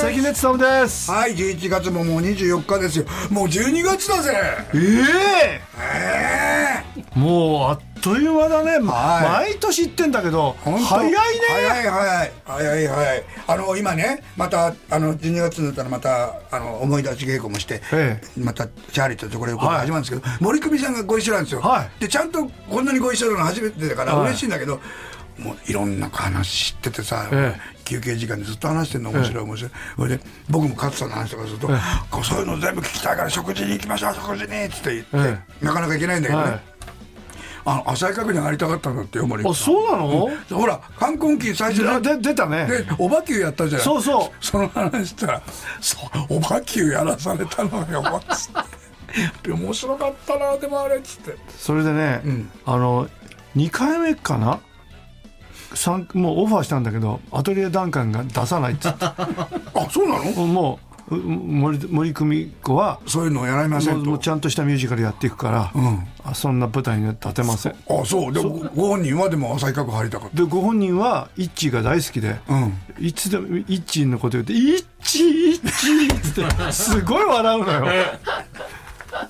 関根勤ですはい11月ももう24日ですよもう12月だぜええもうあっという間だね、は毎年言ってんだけど本当早いね早い早い早い早いあの今ねまたあの12月になったらまたあの思い出し稽古もして、えまたチャーリーとチョコレートはい始まるんですけど、森久美さんがご一緒なんですよ、はいでちゃんとこんなにご一緒なの初めてだからはい嬉しいんだけど、もういろんな話知っててさ、え休憩時間でずっと話してるの面白い面白い、それで僕も勝さんの話とかすると、こうそういうの全部聞きたいから食事に行きましょう食事にっつって言って、えなかなか行けないんだけどね、はいあの浅い角に上がりたかったんだってよ森久あ美さんそうなの、ほら冠婚金最初あねで出たねでおばきゅうやったじゃないそうそうその話したらそうおばきゅうやらされたのよつって面白かったなでもあれっつってそれでね、あの2回目かなさんもうオファーしたんだけどアトリエダンカンが出さないっ つってあそうなのもうう森森久美子はそういうのをやられませもうんもうとちゃんとしたミュージカルやっていくから、あそんな舞台には立てませんあそうでごご本人はでも浅い角入りたかっでご本人はイッチーが大好きで、たうんいつでもイッチーのこと言って「イッチーイッチー」っつ ってすごい笑うのよあ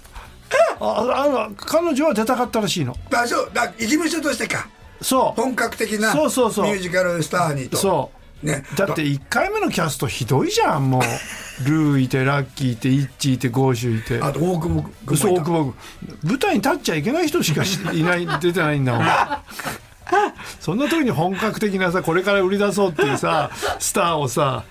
あの彼女は出たかったらしいのだそうだ事務所としてかそう本格的なミそュうそうそうージカルスターにとそうねだって1回目のキャストひどいじゃ んもうルーいてラッキーいてイッチーいてゴーシュいてあと大久保君もいたそう大久保君舞台に立っちゃいけない人しかしいない 出てないんだもんそんな時に本格的なさこれから売り出そうっていうさスターをさ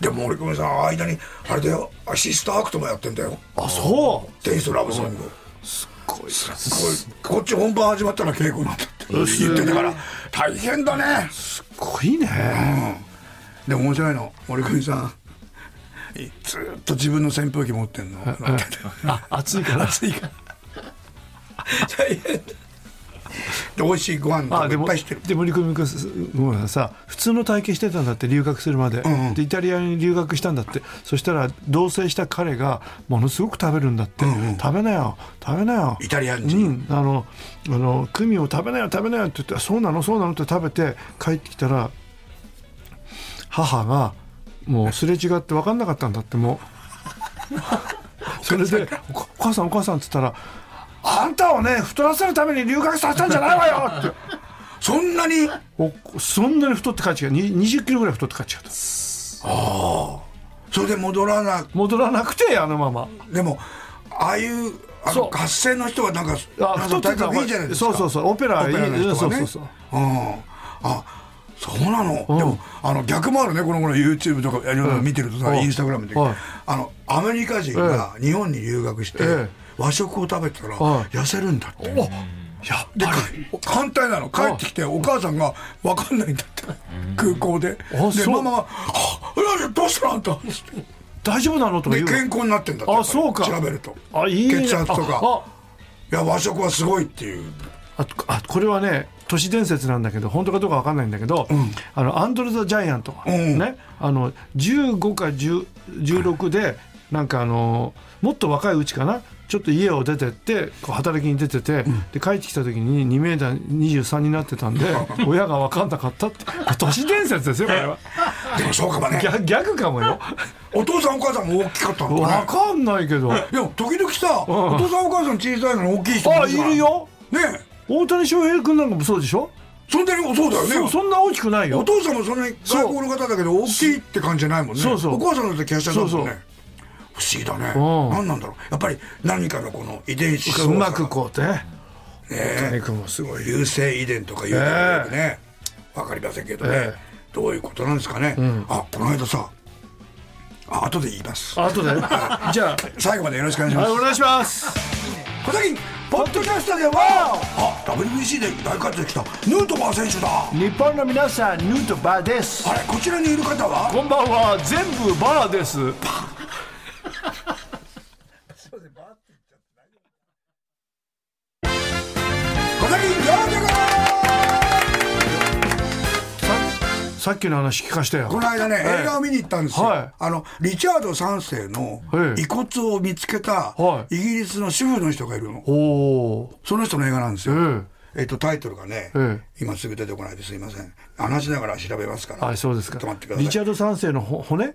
でも森久美さん間にあれだよアシストアクトもやってんだよあそうテイストラブソングこいつすごいこっち本番始まったら稽古になったって言ってたから大変だねすごいねでも面白いの森久美さんいずーっと自分の扇風機持ってんのあ暑いから暑いから大変だで美味しいご飯とかあいでっもぱいしてるで森久美君すごめんなさいさ普通の体型してたんだって留学するまで,、でイタリアに留学したんだってそしたら同棲した彼がものすごく食べるんだって、食べなよ食べなよイタリアンう人んあのあのクミを食べなよ食べなよって言ってあそうなのそうなのって食べて帰ってきたら母がもうすれ違って分かんなかったんだっ てもうそれで「お母お母さんお母さん」っつったら「あんたをね太らせるために留学させたんじゃないわよ!」ってそんなにおそんなに太って帰っちゃうに20キロぐらい太って帰っちゃうとそれで戻らな戻らなくてあのままでもああいうあのそう合戦の人はなんかあなんか体方格がいいじゃないですかそうそうそうオペラオペラの人はそうねそうそううんあそうなの、でもあの逆もあるねこの頃 YouTube とかいろいろ見てるとさ、うんインスタグラムで、はいあのアメリカ人が日本に留学して、ええ和食を食べてたらはい痩せるんだって、おやっでぱりか反対なの帰ってきてお母さんが分かんないんだって空港であでそうママがあいや「どうしたのあんた」つって大丈夫なのとかで言うの健康になってんだってやっあぱりそうか調べるとあいいね血圧とかあいや和食はすごいっていうあああこれはね都市伝説なんだけど本当かどうかわかんないんだけど、あのアンドレ・ザ・ジャイアントが、うんねあの15か10 16でなんかあのもっと若いうちかなちょっと家を出てってこう働きに出てて、で帰ってきた時に2メーター23になってたんで親が分かんなかったってこれ都市伝説ですよこ れはでもそうかもね逆逆かもよお父さんお母さんも大きかったの分かねかんない けどいあや時々さ、お父さんお母さん小さいのに大きい人いじゃんるよねえ大谷翔平君なんかもそうでしょそんなにそうだよねそうそんな大きくないよお父さんもそんなに外国の方だけど大きいって感じじゃないもんねそうそうお母さんだってキャッシャーだもんねそうそう不思議だねうん何なんだろうやっぱり何かのこの遺伝子操う作まくこうねね谷君もすごい優性遺伝とか言うけどよくねわかりませんけどね、えどういうことなんですかね、あこの間さあ後で言いますあと でじゃ最後までよろしくお願いしあますはいお願いします小崎ポッドキャストではあ WBC で大活躍したヌートバー選手だ日本の皆さんヌートバーですあれこちらにいる方はこんばんは全部バーです小崎陽介さっきの話聞かしてよこの間ね、ええ映画を見に行ったんですよ、はいあのリチャード3世のええ遺骨を見つけたはイギリスの主婦の人がいるのおおその人の映画なんですよ、ーえっとタイトルがね、ええ今すぐ出てこないですいません話しながら調べますからあそうですちょかっと待ってくださいリチャード三世のほ骨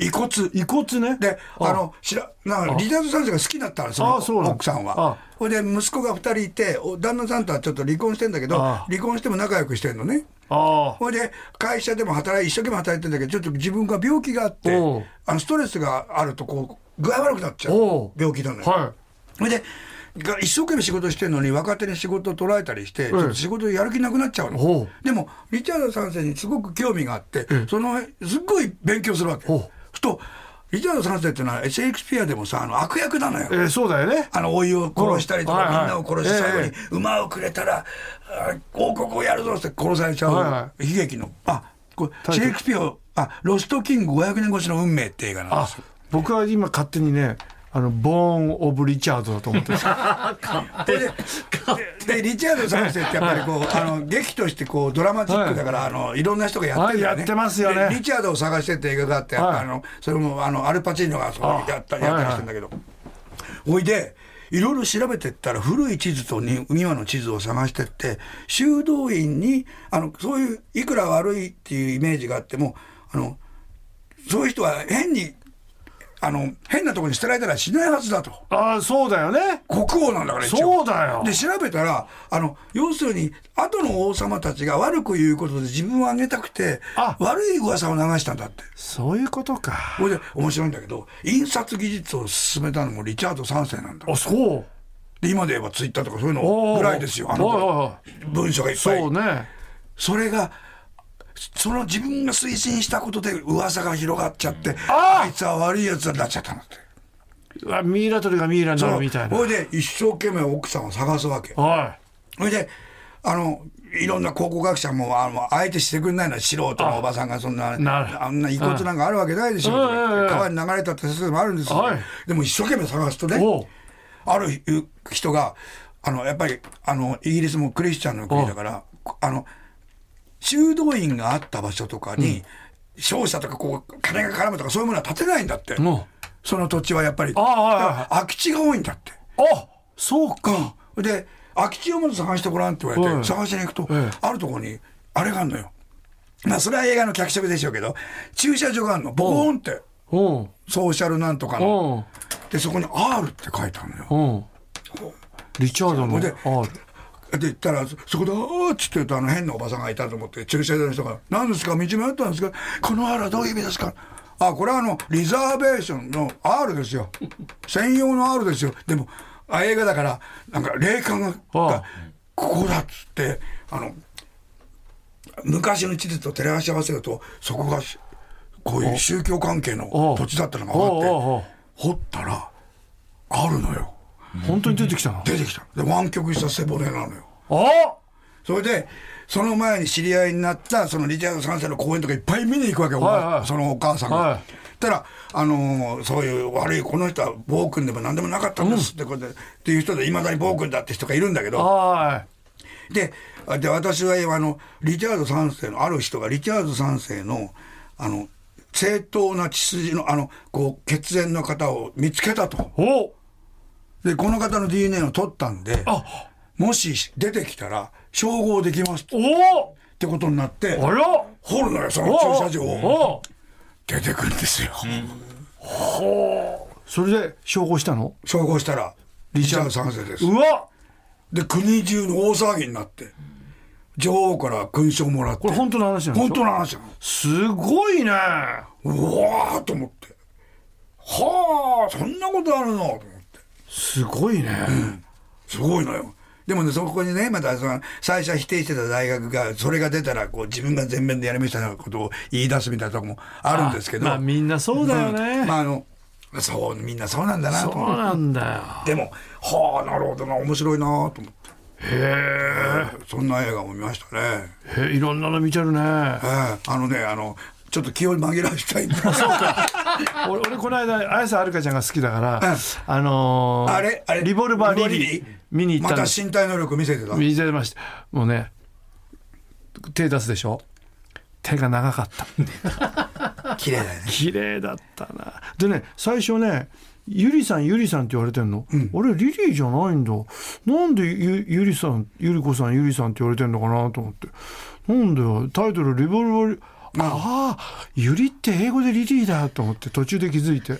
遺骨遺骨ねであのしらなんかリチャード・サンズが好きだったんですあそうなん奥さんはあほいで息子が2人いてお旦那さんとはちょっと離婚してんだけどあ離婚しても仲良くしてんのねああほいで会社でも働い一生懸命働いてんだけどちょっと自分が病気があっておうあのストレスがあるとこう具合悪くなっちゃうおう病気なのよ、はそれでが一生懸命仕事してるのに若手に仕事を取られたりして、ちょっと仕事やる気なくなっちゃうほのうでもリチャード三世にすごく興味があって、ええそのすっごい勉強するわけほうふとリチャード三世っていうのはシェイクスピアでもさあの悪役なのよい、えー、そうだよねあの老いを殺したりとか、はいはいみんなを殺して最後に、え馬をくれたらあ王国をやるぞって殺されちゃう、はいは悲劇のあこれイシトルェイクスピアあロストキング500年越しの運命って映画なんであすよ僕は今勝手にねあのボーン・オブ・リチャードだと思ってますそれでででリチャード三世ってやっぱりこう、あの劇としてこうドラマチックだから、い、あのいろんな人がやってるんだよね、はいやってますよねでリチャードを探してって映画があって、はいあのそれもあのアルパチーノがそこにやったりあやったりしてんだけど、おいでいろいろ調べてったら古い地図とに今の地図を探してって修道院にあのそういういくら悪いっていうイメージがあってもあのそういう人は変にあの変なところに捨てられたらしないはずだと。 ああそうだよね国王なんだから一応そうだよで調べたらあの要するに後の王様たちが悪く言うことで自分をあげたくてあ悪い噂を流したんだってそういうことかこれで面白いんだけど印刷技術を進めたのもリチャード3世なんだあそうで今で言えばツイッターとかそういうのおーぐらいですよあはいはいのはい文章がいっぱいそうねそれがその自分が推進したことで噂が広がっちゃってああいつは悪いやつになっちゃったんだってうわミイラ取りがミイラになるみたいなそれで一生懸命奥さんを探すわけはそれであのいろんな考古学者もあのあえてしてくれないのは素人のおばさんがそんななるあんな遺骨なんかあるわけないでしょとうんうんうかん川に流れたって説もあるんですよ、はいでも一生懸命探すといおうねある人があのやっぱりあのイギリスもクリスチャンの国だからあの修道院があった場所とかに、商社とかこう金が絡むとかそういうものは建てないんだって、もその土地はやっぱりあはいはいはいだから空き地が多いんだって。うあそうかうん、で空き地をまず探してごらんって言われはてい探しに行くと、ええあるところにあれがあるのよまあそれは映画の脚色でしょうけど駐車場があるのボコーンってうんソーシャルなんとかのうんでそこに R って書いてあるのようんリチャードので R で言ったらそそこで「あーっ」つって言うとあの変なおばさんがいたと思って駐車場の人が「何ですか道迷ったんですかこの R はどういう意味ですか?」あこれはあのリザーベーションの R ですよ専用の R ですよでもあ映画だからなんか霊感がああここだっつってあの昔の地図と照らし合わせるとそこがしこういう宗教関係のお土地だったのが分おうおうおかっうて掘ったらあるのよ本当に出てきたの出てきたで湾曲した背骨なのよあそれでその前に知り合いになったそのリチャード3世の公演とかいっぱい見に行くわけ、おはいはい前そのお母さんが。はいたら、あのーそういう悪いこの人は暴君でも何でもなかったんですってことで、っていう人でいまだに暴君だって人がいるんだけどはでで私は今あのリチャード3世のある人がリチャード3世のあの正当な血筋のあのこう血縁の方を見つけたといおでこの方の DNA を取ったんであもし出てきたら照合できますっおてことになってあら掘るのよそのおう駐車場をおう出てくるんですよ、それで照合したの照合したらリチャード三世ですうわで国中の大騒ぎになって女王から勲章もらってこれ本当の話なんで本しょ当の話なのすごいうねわーと思ってはあそんなことあるのと思ってすごいねすごいのよでもねそこにねまたその最初は否定してた大学がそれが出たらこう自分が全面でやりましたようなことを言い出すみたいなとこもあるんですけどまあみんなそうだようんまねああのそうみんなそうなんだなとそう思ってなんだでもはあなるほどな面白いなと思ってよへそんな映画も見ましたねえへいろんなの見てるええねあのねあのちょっと気を紛らわしたいんだ 俺俺この間綾瀬はるかちゃんが好きだから、うんあのーあれあれリボルバーリリボリリリー見に行っまたんたです身体能力見せてた見てましたもうね手出すでしょ手が長かった 綺麗だよね綺麗だったなでね最初ねゆりさんゆりさんって言われてんの、あれリリーじゃないんだなんでゆゆりさんゆり子さんゆりさんって言われてんのかなと思ってなんだよタイトル「リボルバーリ」まあああゆりって英語でリリーだと思って途中で気づいて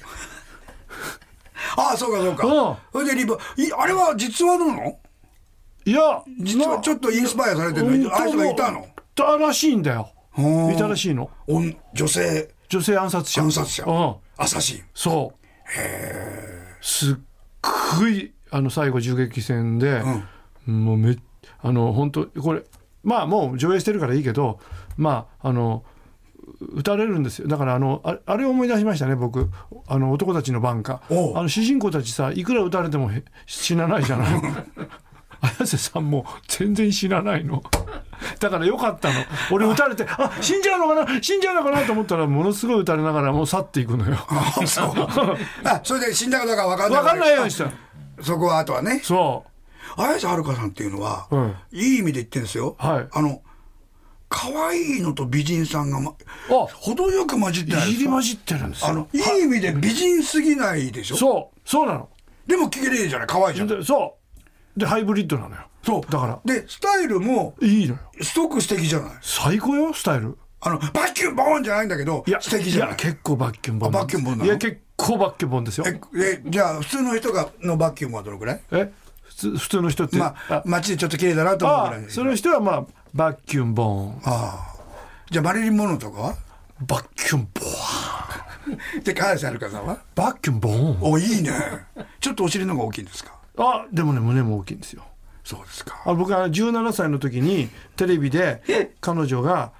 ああそうかそううんかそれでリバいあれは実話なのいや実はなちょっとインスパイアされてるうんのあいつがいたのいたらしいんだよほういたらしいのおん女性女性暗殺者暗殺者うんアサシンそうすっごいあの最後銃撃戦で、もうめあの本当これまあもう上映してるからいいけどまああの撃たれるんですよだからあのあれあれを思い出しましたね僕あの男たちの番歌おうあの主人公たちさいくら撃たれてもへ死なないじ ゃない綾瀬さんも全然死なないのだからよかったの俺撃たれてあ死んじゃうのかな死んじゃうのかなと思ったらものすごい撃たれながらもう去っていくのよあそう あそれで死んだかどうか分かんない分かんないようにしたそこはあとはねそ綾瀬はるかさんっていうのは、うんいい意味で言ってるんですよ、はいあの可愛いのと美人さんが、ま、あ程よく混じってうない入ですりか混じってるんですあよのいい意味で美人すぎないでしょそうそうなでも綺麗じゃない可愛いじゃのんでそうでハイブリッドなのよそうだからでスタイルもいいのよすごく素敵じゃない最高よスタイルあのバキュンボーンじゃないんだけどいや素敵じゃないやい結構バッキュンボンあバッキュンボンなのいや結構バッキュンボンですよええじゃあ普通の人がのバキュンはどのくらいえ普通普通の人ってまあ街でちょっと綺麗だなと思うあぐらいその人はまあバッキュンボンああじゃあマリリン・モノとかはバッキュンボンで綾瀬はるかさんはバッキュンボンおいいねちょっとお尻の方が大きいんですかあでもね胸も大きいんですよそうですかあ僕は17歳の時にテレビで彼女が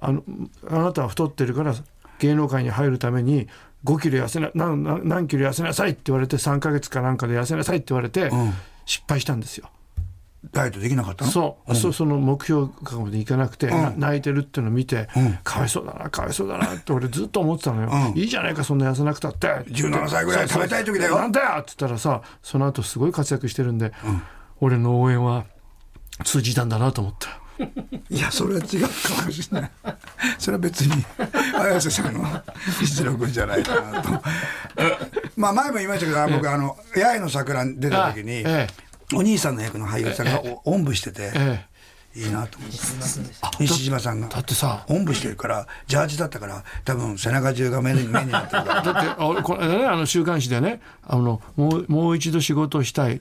あの「あなたは太ってるから芸能界に入るために5キロ痩せななな何キロ痩せなさい」って言われて3ヶ月かなんかで痩せなさいって言われて、ん失敗したんですよ。ダイエットできなかったのそう、そその目標額までいかなくて、な泣いてるっていうのを見て、んかわいそうだなかわいそうだなって俺ずっと思ってたのよ、いいじゃないかそんな痩せなくたって17歳ぐらい食べたい時だよなんだよっつったらさその後すごい活躍してるんで、俺の応援は通じたんだなと思った。いやそれは違うかもしれない それは別 に綾瀬さんの実力じゃないかなと まあ前も言いましたけどあ僕あの「八重の桜」に出た時にあえお兄さんの役の俳優さんがおおんぶしててえいいなと思って西島さんがえ、だってさおんぶしてるからジャージだったから多分背中中が目に目になってる からだってあ俺これねあの週刊誌でねあのもうもう一度仕事をしたい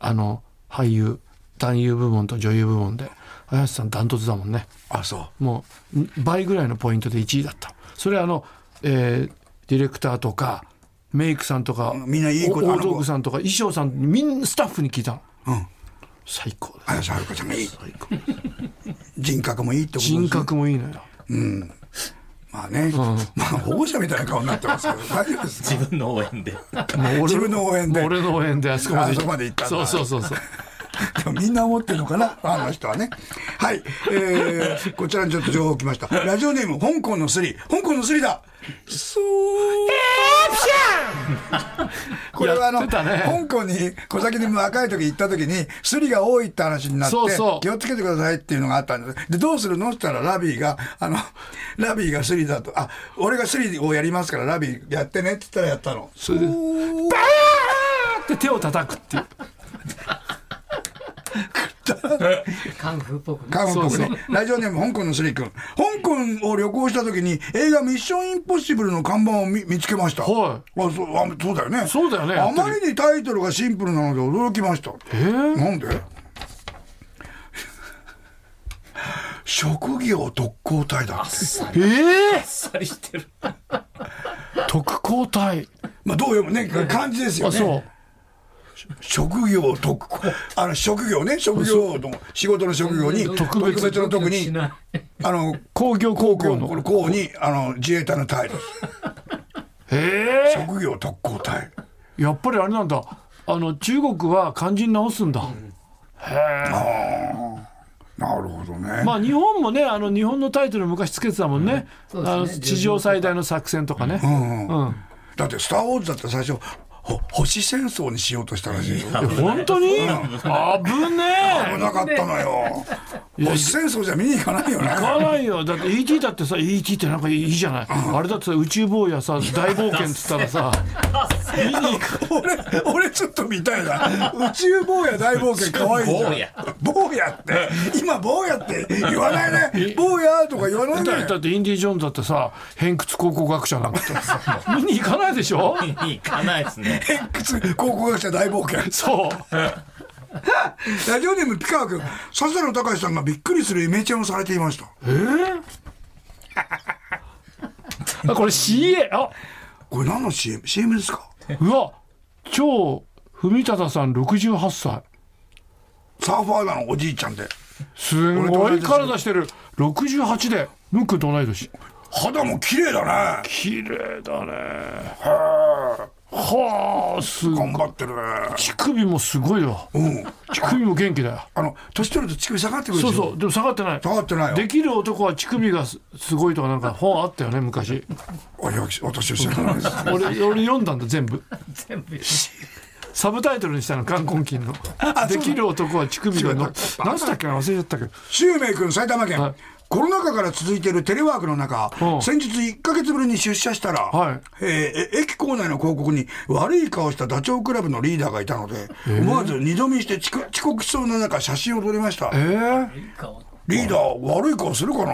あの俳優男優部門と女優部門で綾瀬さんダントツだもんねあそもうん倍ぐらいのポイントで1位だったそれはあの、えーディレクターとかメイクさんとかみんないい子お大道具さんとか衣装さんみんなスタッフに聞いたの、うん最高です綾瀬はるかちゃんがいい最高人格もいいってことですね人格もいいのよまあね、まあ保護者みたいな顔になってますけ ど大丈夫ですか自分の応援で。もう俺自分の応援でもう俺の応援であそこまであそこまで行ったんだそうそうそうそうでもみんな思ってるのかな、ファンの人はね。はい、えー、こちらにちょっと情報来ました。ラジオネーム、香港のスリ、香港のスリだ。そう。これはあの、やってたね香港に小崎でも若い時行った時に、スリが多いって話になって、そうそう気をつけてくださいっていうのがあったんです。で、どうするのって言ったら、ラビーが、あの、ラビーがスリだと、あ、俺がスリをやりますから、ラビーやってねって言ったらやったの。それでバーって手を叩くっていうカンフーっぽくね韓国ねそうそうラジオネーム香港のスリー君香港を旅行した時に映画「ミッションインポッシブル」の看板を見見つけましたはあそうあそうだよねそうだよねあまりにタイトルがシンプルなので驚きましたえーなんで職業特攻隊だってえー、さりしてる。特攻隊まあどう読むね漢字ですよあねそう職業特攻あの職業ね職業の仕事の職業に特別別の特にあの工業高こ校のの校にあの自衛隊の隊ですええ職業特攻隊ー、やっぱりあれなんだあの中国は漢字に直すんだ、なるほどね、まあ日本もねあの日本のタイトル昔つけてたもんね,、そうですねあの地上最大の作戦とかね、うんうんうんだって「スター・ウォーズ」だって最初ほ星戦争にしようとしたらしいよえ本当に危ね危なかったのよ星戦争じゃ見に行かないよねえ行かないよだって ET だってさ ET ってなんかいいじゃない、あれだってさ宇宙坊やさ大冒険っつったらさ俺俺ちょっと見たいな宇宙坊や大冒険可愛いじゃん宇宙坊やって今坊やって言わない ね坊やとか言わないだねだってインディ・ジョーンズだってさ偏屈考古学者なんかって見に行かないでしょ行かないですね。 X 考古学者大冒険そうラジオネームピカワ君笹野隆さんがびっくりするイメチェンをされていましたあこれ CA あこれ何の CM?CM ですかうわ超文忠さん68歳サーファーなのおじいちゃんですごい体してる68でムックと同い年肌も綺麗だね綺麗だねはあすご頑い張ってるね乳首もすごいようん乳首も元気だよあの年取ると乳首下がってくるでしそょうそうでも下がってない下がってないよできる男は乳首がすすごいとかなんか本あったよね昔おい私は知らないです 俺俺読んだんだ全部全部サブタイトルにしたの冠婚金のできる男は乳首がの何したっけな忘れちゃったけどシュウメイ君埼玉県、はいコロナ禍から続いているテレワークの中、うん先日1ヶ月ぶりに出社したら、はいえーえ駅構内の広告に悪い顔したダチョウ倶楽部のリーダーがいたので、思わず二度見して遅刻遅刻しそうな中写真を撮りましたえー、顔リーダー悪い顔するかな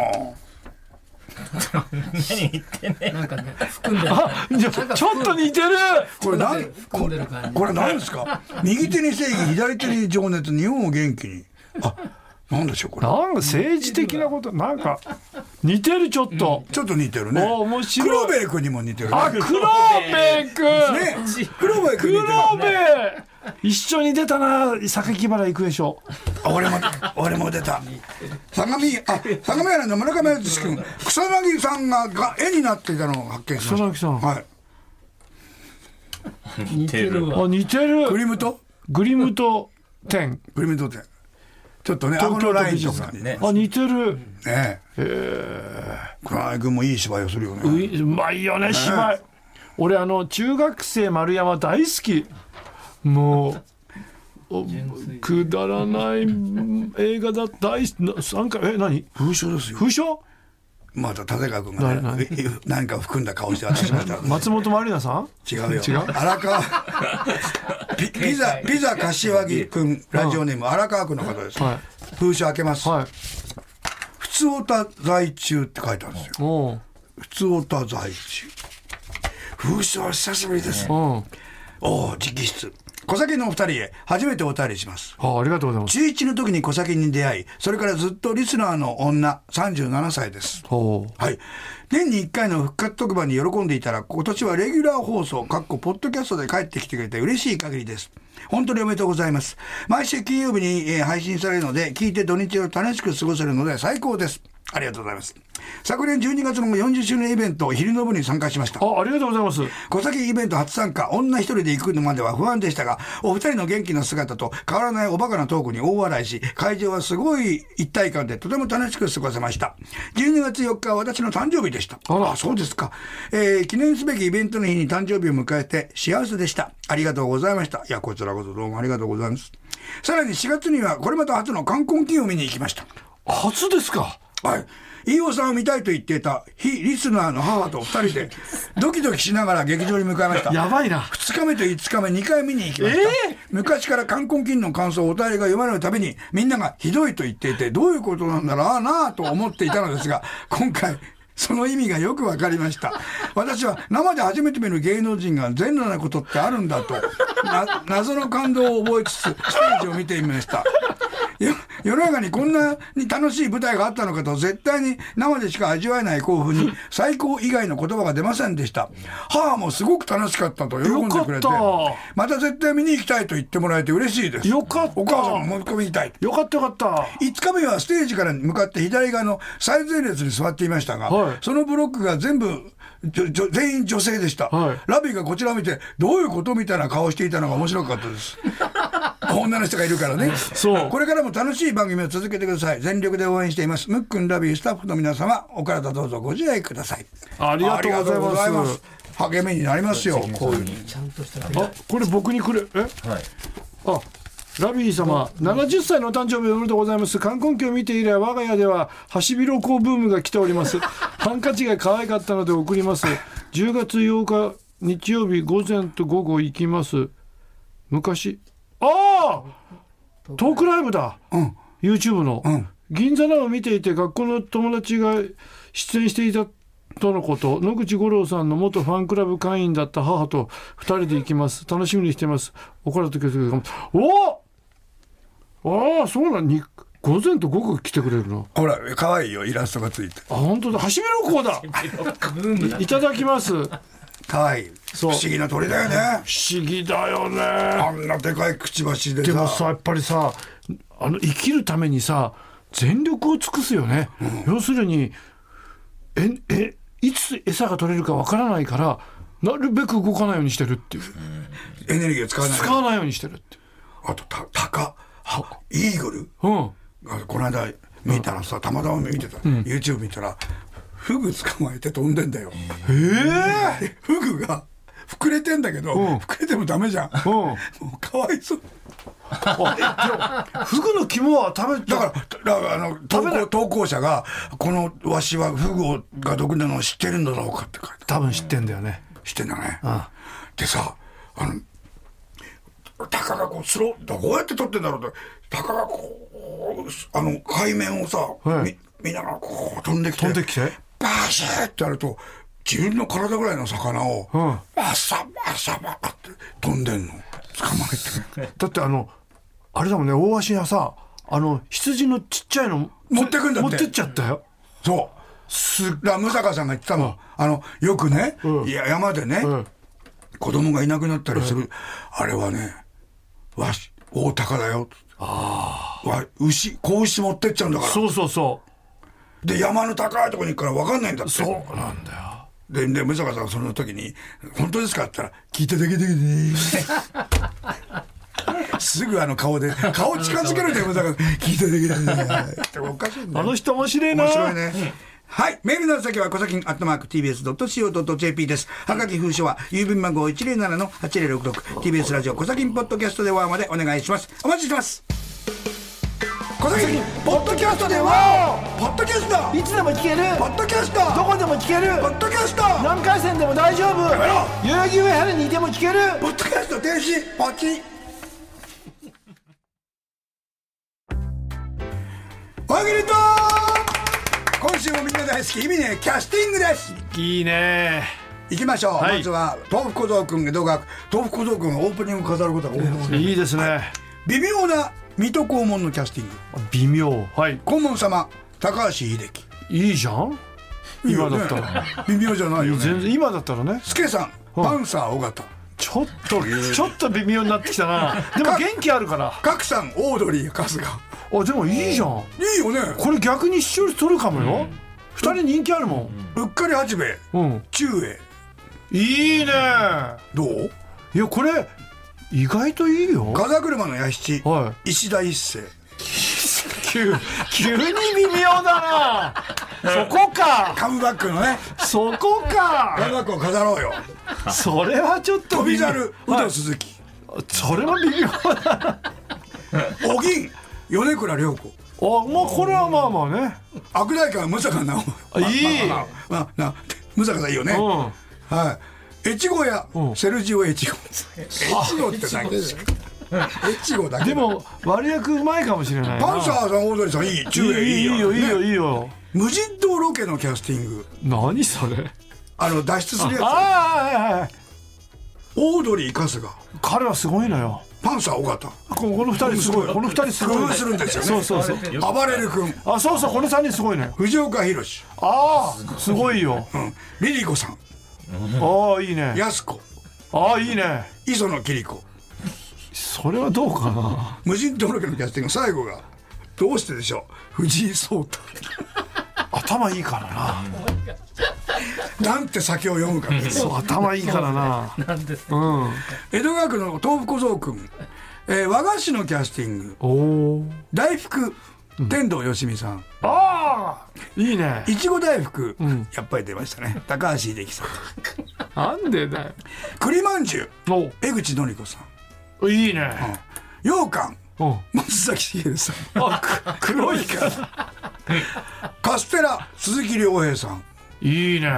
何言ってんねなんかね含んでるあじゃちょっと似てるこれなん何か含んでる感じこれ何です か右手に正義左手に情熱日本を元気にあ何でしょうこれなんか政治的なことなんか似てるちょっと、ちょっと似てるねお面白い黒部君にも似てるねあ黒部君ね黒部君黒似てる部一緒に出たな榊原郁恵賞あ俺も俺も出た相模あ相模原の村上敦君草薙さんがが絵になっていたのを発見しました草薙さんはい似てるわあ似てグるリムとグリムと天グリムとってちょっとね顎東の京都ライ美ンと術かに館ねあ似てるえ黒柳君もいい芝居をするようねいうんうまいよね芝居俺あの中学生丸山大好きもうおくだらない映画だ大好き三回え何風書ですよ風賞また立川君がね誰 何か含んだ顔して私また松本まりなさん違うよ違う荒川ピピザピザ柏木君ラジオネーム荒川君の方ですは風書開けますはい普通おた在中って書いてあるんですよおう普通おた在中風書は久しぶりですうんおお直筆小崎のお二人へ初めてお便りしますあありがとうございます中1の時に小崎に出会いそれからずっとリスナーの女37歳ですおうはい年に1回の復活特番に喜んでいたら今年はレギュラー放送かっこポッドキャストで帰ってきてくれて嬉しい限りです本当におめでとうございます毎週金曜日に、えー配信されるので聞いて土日を楽しく過ごせるので最高ですありがとうございます昨年12月の40周年イベント昼の部に参加しましたあありがとうございます小崎イベント初参加女一人で行くのまでは不安でしたがお二人の元気な姿と変わらないおバカなトークに大笑いし会場はすごい一体感でとても楽しく過ごせました12月4日は私の誕生日でしたあらそうですか、えー記念すべきイベントの日に誕生日を迎えて幸せでしたありがとうございましたいやこちらこそどうもありがとうございますさらに4月にはこれまた初の冠婚金を見に行きました初ですかはい。飯尾さんを見たいと言っていた非リスナーの母と二人で、ドキドキしながら劇場に向かい ました。やばいな2日目と5日目2回見に行きました、昔から冠婚金の感想をお便りが読まれるたびにみんながひどいと言っていてどういうことなんだろうなぁと思っていたのですが今回その意味がよくわかりました私は生で初めて見る芸能人が全裸なことってあるんだとな謎の感動を覚えつつステージを見てみましたよ世の中にこんなに楽しい舞台があったのかと絶対に生でしか味わえない興奮に最高以外の言葉が出ませんでした母もすごく楽しかったと喜んでくれてよかっまた絶対見に行きたいと言ってもらえて嬉しいですよかったお母さんも持ち込みたいよかったよかった5日目はステージから向かって左側の最前列に座っていましたが、はいそのブロックが全部じょじょ全員女性でした、はいラビーがこちらを見てどういうことみたいな顔をしていたのが面白かったです 女の人がいるからねそうこれからも楽しい番組を続けてください全力で応援していますムックンラビースタッフの皆様お体どうぞご自愛くださいありがとうございますありがとうございます励みになりますよこういうちゃんとしたあこれ僕にくれえはい。あラビー様70歳のお誕生日おめでとうございます冠婚金を見て以来我が家ではハシビ ロコウブームが来ておりますハンカチが可愛かったので送ります10月8日日曜日午前と午後行きます昔ああトークライブだうん YouTube の、うん銀座ナウを見ていて学校の友達が出演していたとのこと野口五郎さんの元ファンクラブ会員だった母と2人で行きます楽しみにしてます怒られたけどおおああそうなんに午前と午後来てくれるのほら可愛いよイラストがついてあ本当だ橋見の子だブームだいただきます不可愛い不そう思議な鳥だよね思議だよねあんなでかいくちばしででさもさやっぱりさあの生きるためにさ全力を尽くすよね、要するにええいつ餌が取れるかわからないからなるべく動かないようにしてるっていうエネルギーを使わない使わないようにしてるっていあとたタカはイーグルううんあこの間見たらさたまたま見てた、YouTube 見たらフグ捕まえて飛んでんだよええフグが膨れてんだけど、うん膨れてもダメじゃん、うもんうかわいそうあでもフグの肝は食べだたからだからあの投べない稿投稿者が「このわしはフグが毒なのを知ってるんだろうか」って書いて多分知ってんだよねしてんだね、でさあのタカがこうスローどうやって撮ってんだろうってタカがこうあの海面をさ、はいみ見ながらこう飛んできて飛んできてバシーってやると自分の体ぐらいの魚を、うんバサバサバサって飛んでんの捕まえてだってあのあれだもんね大足がさあの羊のちっちゃいの持ってくんだって持ってっちゃったよそうすらムサカさんが言ってたの,、あのよくね、うんいや山でね、うん子供がいなくなったりする、あれはねわし大鷹だよああ牛子牛持ってっちゃうんだからそうそうそで山の高いところに行くから分かんないんだっうてそうなんだよでで武坂さんがその時に「本当ですか?」って言ったら「聞いてだけでね」 すぐあの顔で顔近づけるで武坂さん「聞いてだけでね」 っておかしいんだあよの人面白いな面白いね。はい。メールの宛先は、小崎アットマーク tbs.co.jp です。はがき封書は、郵便番号 107-8066TBS ラジオ小崎ポッドキャストでワーまでお願いします。お待ちしてます。小崎ポッドキャストでワーポッドキャストいつでも聞けるポッドキャストどこでも聞けるポッドキャスト何回戦でも大丈夫めろ代々木上原にいても聞けるポッドキャスト停止ポチおぎりと今週もみんな大好き意味ねキャスティングですいいね行きましょう、はいまずは豆腐小僧君が動画豆腐小僧君がオープニング飾ることが多いですねいいですね、微妙な水戸黄門のキャスティング微妙はい黄門様高橋秀樹いいじゃん今だったら、微妙じゃないよね全然今だったらね助さんはいパンサー尾形ちょっとちょっと微妙になってきたなでも元気あるから角さんオードリー春日あでもいいじゃんいいよねこれ逆に視聴率取るかもよ、二人人気あるもうっかり八兵衛んうん、中衛いいねいやどうこれ意外といいよ風車の弥七、は石田一世急急に微妙だ なそこかカムバックのねそこカムかバックを飾ろうよそれはちょっと飛び微妙猿有はい働鈴木それも微妙お銀米倉涼子あまあこれはまあまあね悪代官武坂直あいいまあな武坂さんいいよね、うんはい越後屋うんセルジオ越後越後って何ですか越後だけでも割役うまいかもしれないなパンサーさんオードリーさんいい中衛いいいいよよいいよいいよねいいよ無人島ロケのキャスティング何それあの脱出するああやはいはいはいつオードリー春日彼はすごいのよパンサー尾形ここの二人すごいこの二人すごい工夫するんですよねそうそうそう暴れる君あそうそうこの三人すごいのよ藤岡弘、ああすごいようん、リリコさんああいいねやす子ああいいね磯野桐子それはどうかな無人島ロケのキャスティング最後がどうしてでしょう藤井聡太頭いいからななんて先を読むかですそう頭いいからななんですうねん江戸川区の豆腐小僧君、えー和菓子のキャスティングおお大福天童よしみさんああいいねいちご大福、んやっぱり出ましたね高橋英樹さんなんでだよ栗まんじゅうお江口のり子さんいいね羊羹うん松崎しげるさんあく黒いからカステラ鈴木亮平さんいいね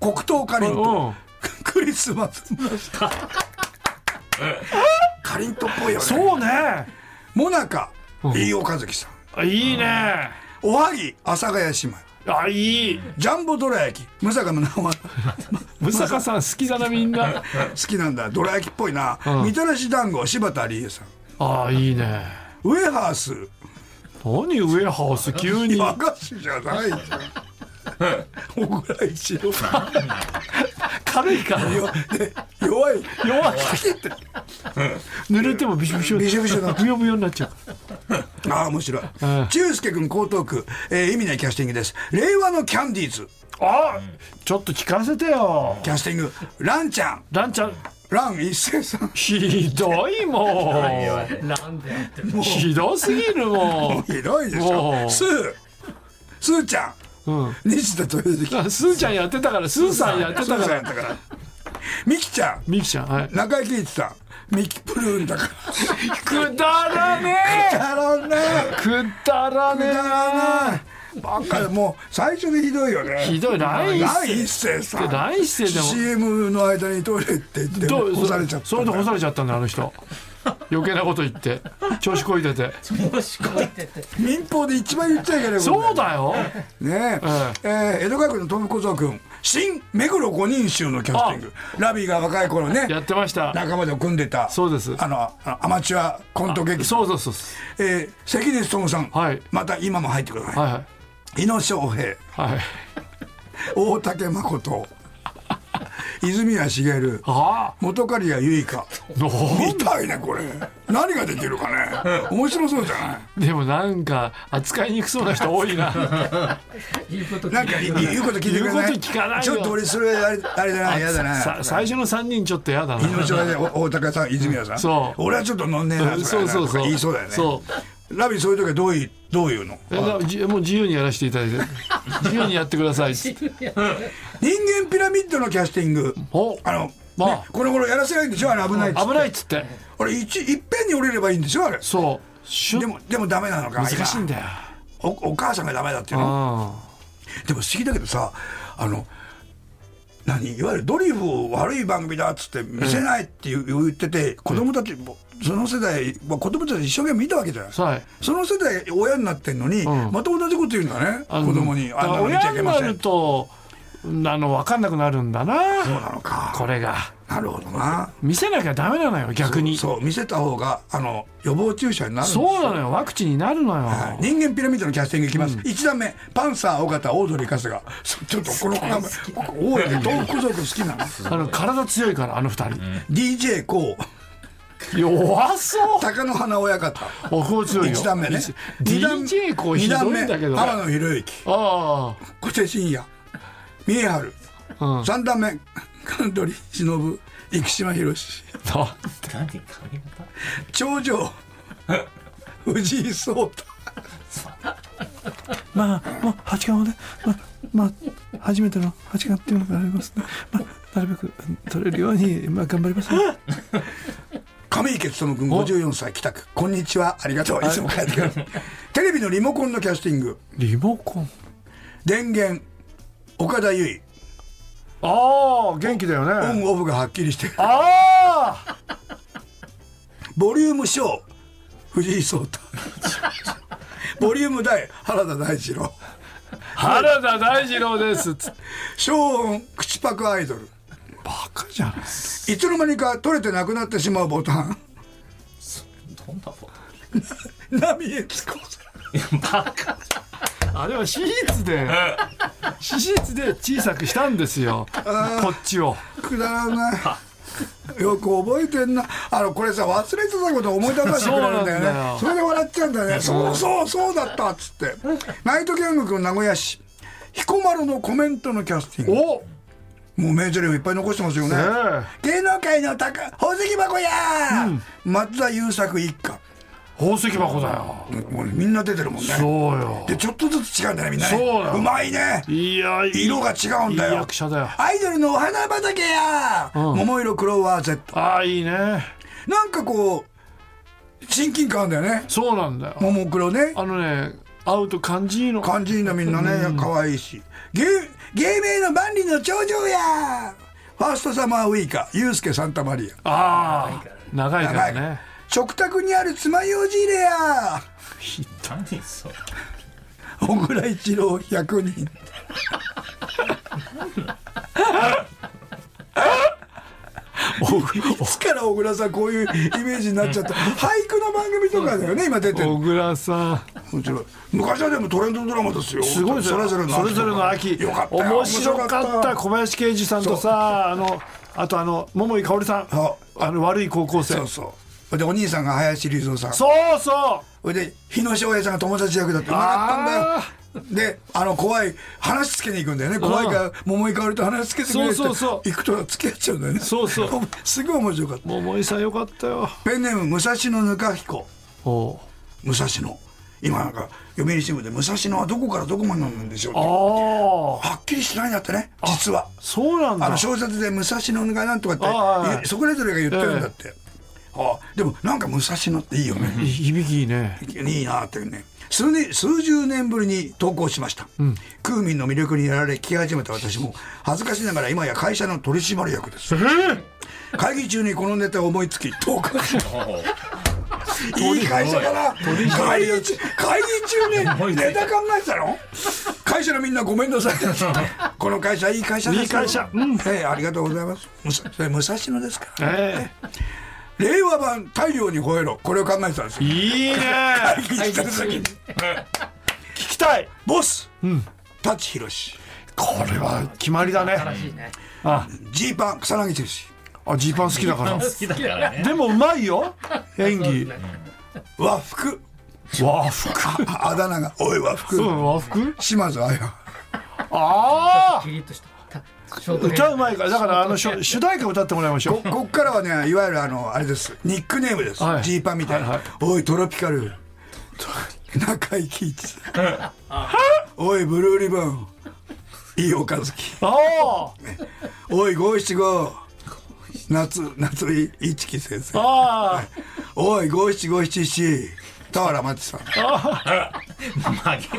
黒糖かりんとうんクリス マス村下かりんとっぽいよねそうねもなかん飯尾和樹さんあいいねおはぎ阿佐ヶ谷姉妹あいいジャンボどら焼き武坂の名前武坂さん好きだなみん 好なきなんだどら焼きっぽいな、うんみたらし団子柴田理恵さんあいいねウェハース何ウェハース急に和菓子じゃないじゃん小倉一郎軽いから弱で弱い弱いピキって濡れてもビショビショビショビショだブヨブヨになっちゃうああ面白いん中介君江東区、えー、意味ないキャスティングです令和のキャンディーズあちょっと聞かせてよキャスティングランちゃんランちゃんラン一斉さんひどいもんなんでやってるひどすぎるもんひどいでしおょうスースーちゃうんん西田豊之あスーちゃんやってたからスーさんやってスたーかさんやらったからミキちゃんミキちゃんはい中井貴一さんミキプルーンだからくだらねやらねえくだらえねやらねえばっかりもう最初でひどいよねえひどいライランス一斉さんライスでも CM の間にトイレって言ってどう干されちゃったそれで干されちゃったんだよあの人余計なこと言って調子こいてて調子こいてて民放で一番言っちゃいけないことそうだよねええー江戸川区の富小僧君新目黒五人衆のキャスティングラビーが若い頃ねやってました仲間で組んでたそうですあのあのアマチュアコント劇そうそうそうそえー関根勤さん、はいまた今も入ってくだうさはいい井野翔平はいはい大竹誠泉谷茂あ本刈谷由香あの見たいねこれ何ができるかね面白そうじゃないでもなんか扱いにくそうな人 多いな言うことなんか聞いて言う言うこと聞いてくれない言うこと聞かないよちょっと俺それあれあれだな嫌ださな最初の3人ちょっとやだな命はねお大高さん泉谷さんそう俺はちょっと飲んねえなそそううそそううそうそう言いそうだよねそうラビそういう時はどういうどういうのえだからじもう自由にやらせていただいて自由にやってく ださいっつって人間ピラミッドのキャスティングおあの、まあねこの頃やらせないんでしょあれ危ないっつって危ないっつってあれ一いっぺんに降りればいいんでしょあれそうシュでッもでもダメなのか難しいんだよ今おお母さんがダメだっていうのあでも不思議だけどさあの何いわゆるドリフを悪い番組だっつって見せないっていう言ってて子供たちもその世代まあ子供たち一生懸命見たわけじゃないあはいその世代親になってんのにんまた同じこと言うんだねあの子供にだかあんらなの見ちゃ親いけにまなせるんとあの分かんなくなるんだななのかこれがなるほどな見せなきゃダメなのよ逆にそう見せた方があの予防注射になるんですよそうなのよワクチンになるのよはい人間ピラミッドのキャスティングいきます、一段目パンサー尾形オードリー春日そちょっとこの子が多いね東北族好きなのあの体強いからあの二人 DJ こう弱そう高野花親方おこう強いよ一段目ね一 DJ こうひどいんだけ二段ど目原あ野博之あ小手伸也三重春、うん三段目神取忍生島博士だ何髪型頂上藤井聡太まあもう八巻までまあまあ初めての八巻っていうのがありますねまあなるべく取れるようにまあ頑張ります、ね、上池勉君54歳帰宅こんにちはありがとういつも帰ってくるテレビのリモコンのキャスティングリモコン電源岡田結ああ元気だよ衣オねンオフがはっきりしてるああボリュームショー藤井聡太ボリューム大原田大二郎原田大二郎ですつ小音口パクアイドルバカじゃないいつの間にか取れてなくなってしまうボタンどんなフォ浪江津子さあれはシーツでシーツで小さくしたんですよこっちをんくだらないよく覚えてんなあのこれさ忘れてたことを思い出させてくれるんだよねそうなんだよそれで笑っちゃうんだよねそうそうそうだったっつってナイトキャング君名古屋市彦丸のコメントのキャスティングおもう名台詞いっぱい残してますよねね芸能界の宝宝石箱やー、松田優作一家宝石箱だよもうみんな出てるもんねそうよでちょっとずつ違うんだねみんなねそうだようまいねいやいい色が違うんだよいい役者だよアイドルのお花畑や、ん桃色クローバー Z ああいいねなんかこう親近感あるんだよねそうなんだよももクロねあのね会うと感じいいの感じいいなみんなね可愛いし芸芸名の万里の長女やファーストサマーウイカユースケ・サンタマリアああ長いから長いね食卓にある爪楊枝入れや何それ小倉一郎100人いつから小倉さんこういうイメージになっちゃった俳句の番組とかだよね今出てる小倉さんもちろん昔はでもトレンドドラマですよすごいですそよれぞれの秋それぞれの秋よかったよ面白かった小林啓司さんとさあのあとあの桃井かおりさんそあの悪い高校生そうそうでお兄さんが林隆三さんそうそうそれで日野翔平さんが友達役だってうまかったんだよであの怖い話つけに行くんだよね怖いから桃井かおりと話つけてくれってそうそうそう行くと付き合っちゃうんだよねそうそうすごい面白かった桃井さんよかったよペンネーム武蔵野ぬか彦おう武蔵野今なんか読売新聞で武蔵野はどこからどこまでなんでしょうってああはっきりしないんだってね実はそうなんあだの小説で武蔵野がなんとかああっはていそれぞれが言ってるんだって、ああでもなんか武蔵野っていいよねい響きいいねいいなっていうね数年数十年ぶりに投稿しました、クーミンの魅力にやられ聞き始めた私も恥ずかしながら今や会社の取締役です会議中にこのネタを思いつき投稿し まいい会社だな会議中会議中にネタ考えてたの会社のみんなごめんな さいこの会社いい会社ですよいい会社うええありがとうございますむさそれ武蔵野ですからえ令和版太陽に吠えろこれを考えてたんですえよいいね会議してる時に聞きたいボス、舘ひろしこれは決まりだねしいねあジーパン草薙剛あジーパン好きだから好きだからねでもうまいよ演技和服和服ああだ名がおい和服、うん和服島津綾あキリッとしたシあョートヘア歌うまいからだからあのしょ主題歌歌ってもらいましょうこっからはねいわゆるあのあれですニックネームですジー、はいパンみたいな、はいはいおいトロピカル中井貴 一さんおいブルーリボンいい岡月あおい五七五夏夏井一樹先あ生ああおい五七五七七田原町さん紛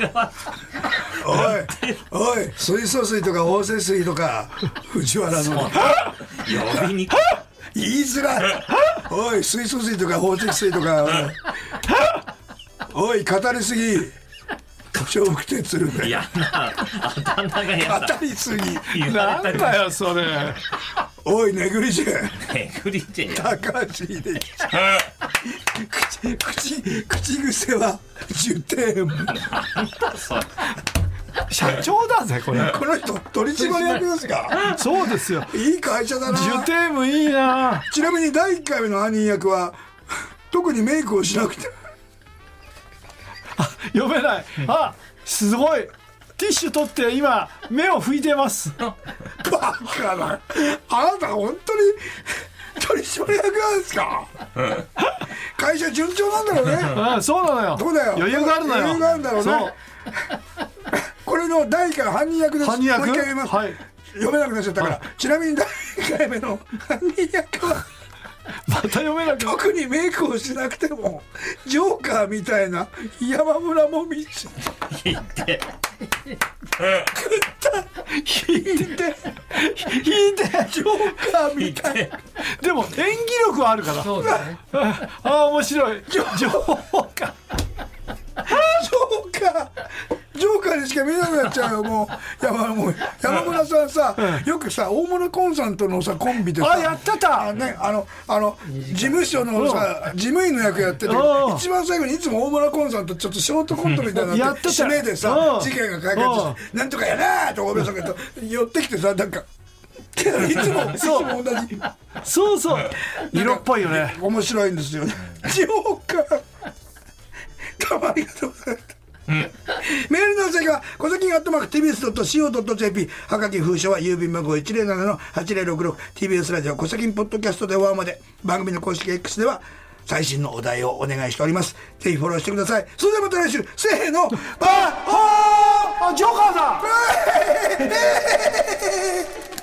らわおいおい水素水とか放水水とか藤原のしい呼びにくい言いづらいおい水素水とか放水水とかおいおい語りすぎ笑福亭鶴瓶やな頭がやだ語りすぎ言なわんれただよそれおいネグリジェりグリチェや高橋秀樹口口口癖は10点社長だぜこれこの人取締役ですかそうですよいい会社だなジュテームいいなちなみに第1回目の犯人役は特にメイクをしなくて読めないあすごいティッシュ取って今目を拭いてますバカなあなた本当に 取締役なんですか会社順調なんだろうねうんそうなのよどうだよ余裕があるのよ余裕があるんだろうそね これの第1回の犯人役です犯人役もう一回読みます、はい読めなくなっちゃったからちなみに第1回目の犯人役はまた読めなくな特にメイクをしなくてもジョーカーみたいな山村もみち言って引いて引いてジョーカーみたいなでも演技力はあるからそうだねあ あ面白い情報かジョーカージョーカーにしか見えなくなっちゃうよもう山もう山村さんさよくさ大物コンサートのさコンビでさあやってたあねあのあの事務所のさ事務員の役やっててうん一番最後にいつも大村コンサートちょっとショートコントみたいなうんのやあってた締めでさうん事件が解決してなんとかやなーって大村さんが寄ってきてさ なんかいつもいつも同じそうそう色っぽいよね面白いんですよねジョーカーどうもありがとうございましたメールの先は小崎アットマーク TBS.CO.JP はがき封書は郵便番号 107-8066TBS ラジオ小崎ポッドキャストでワーまで番組の公式 X では最新のお題をお願いしておりますぜひフォローしてくださいそれではまた来週せーのバッホーあジョーカーだ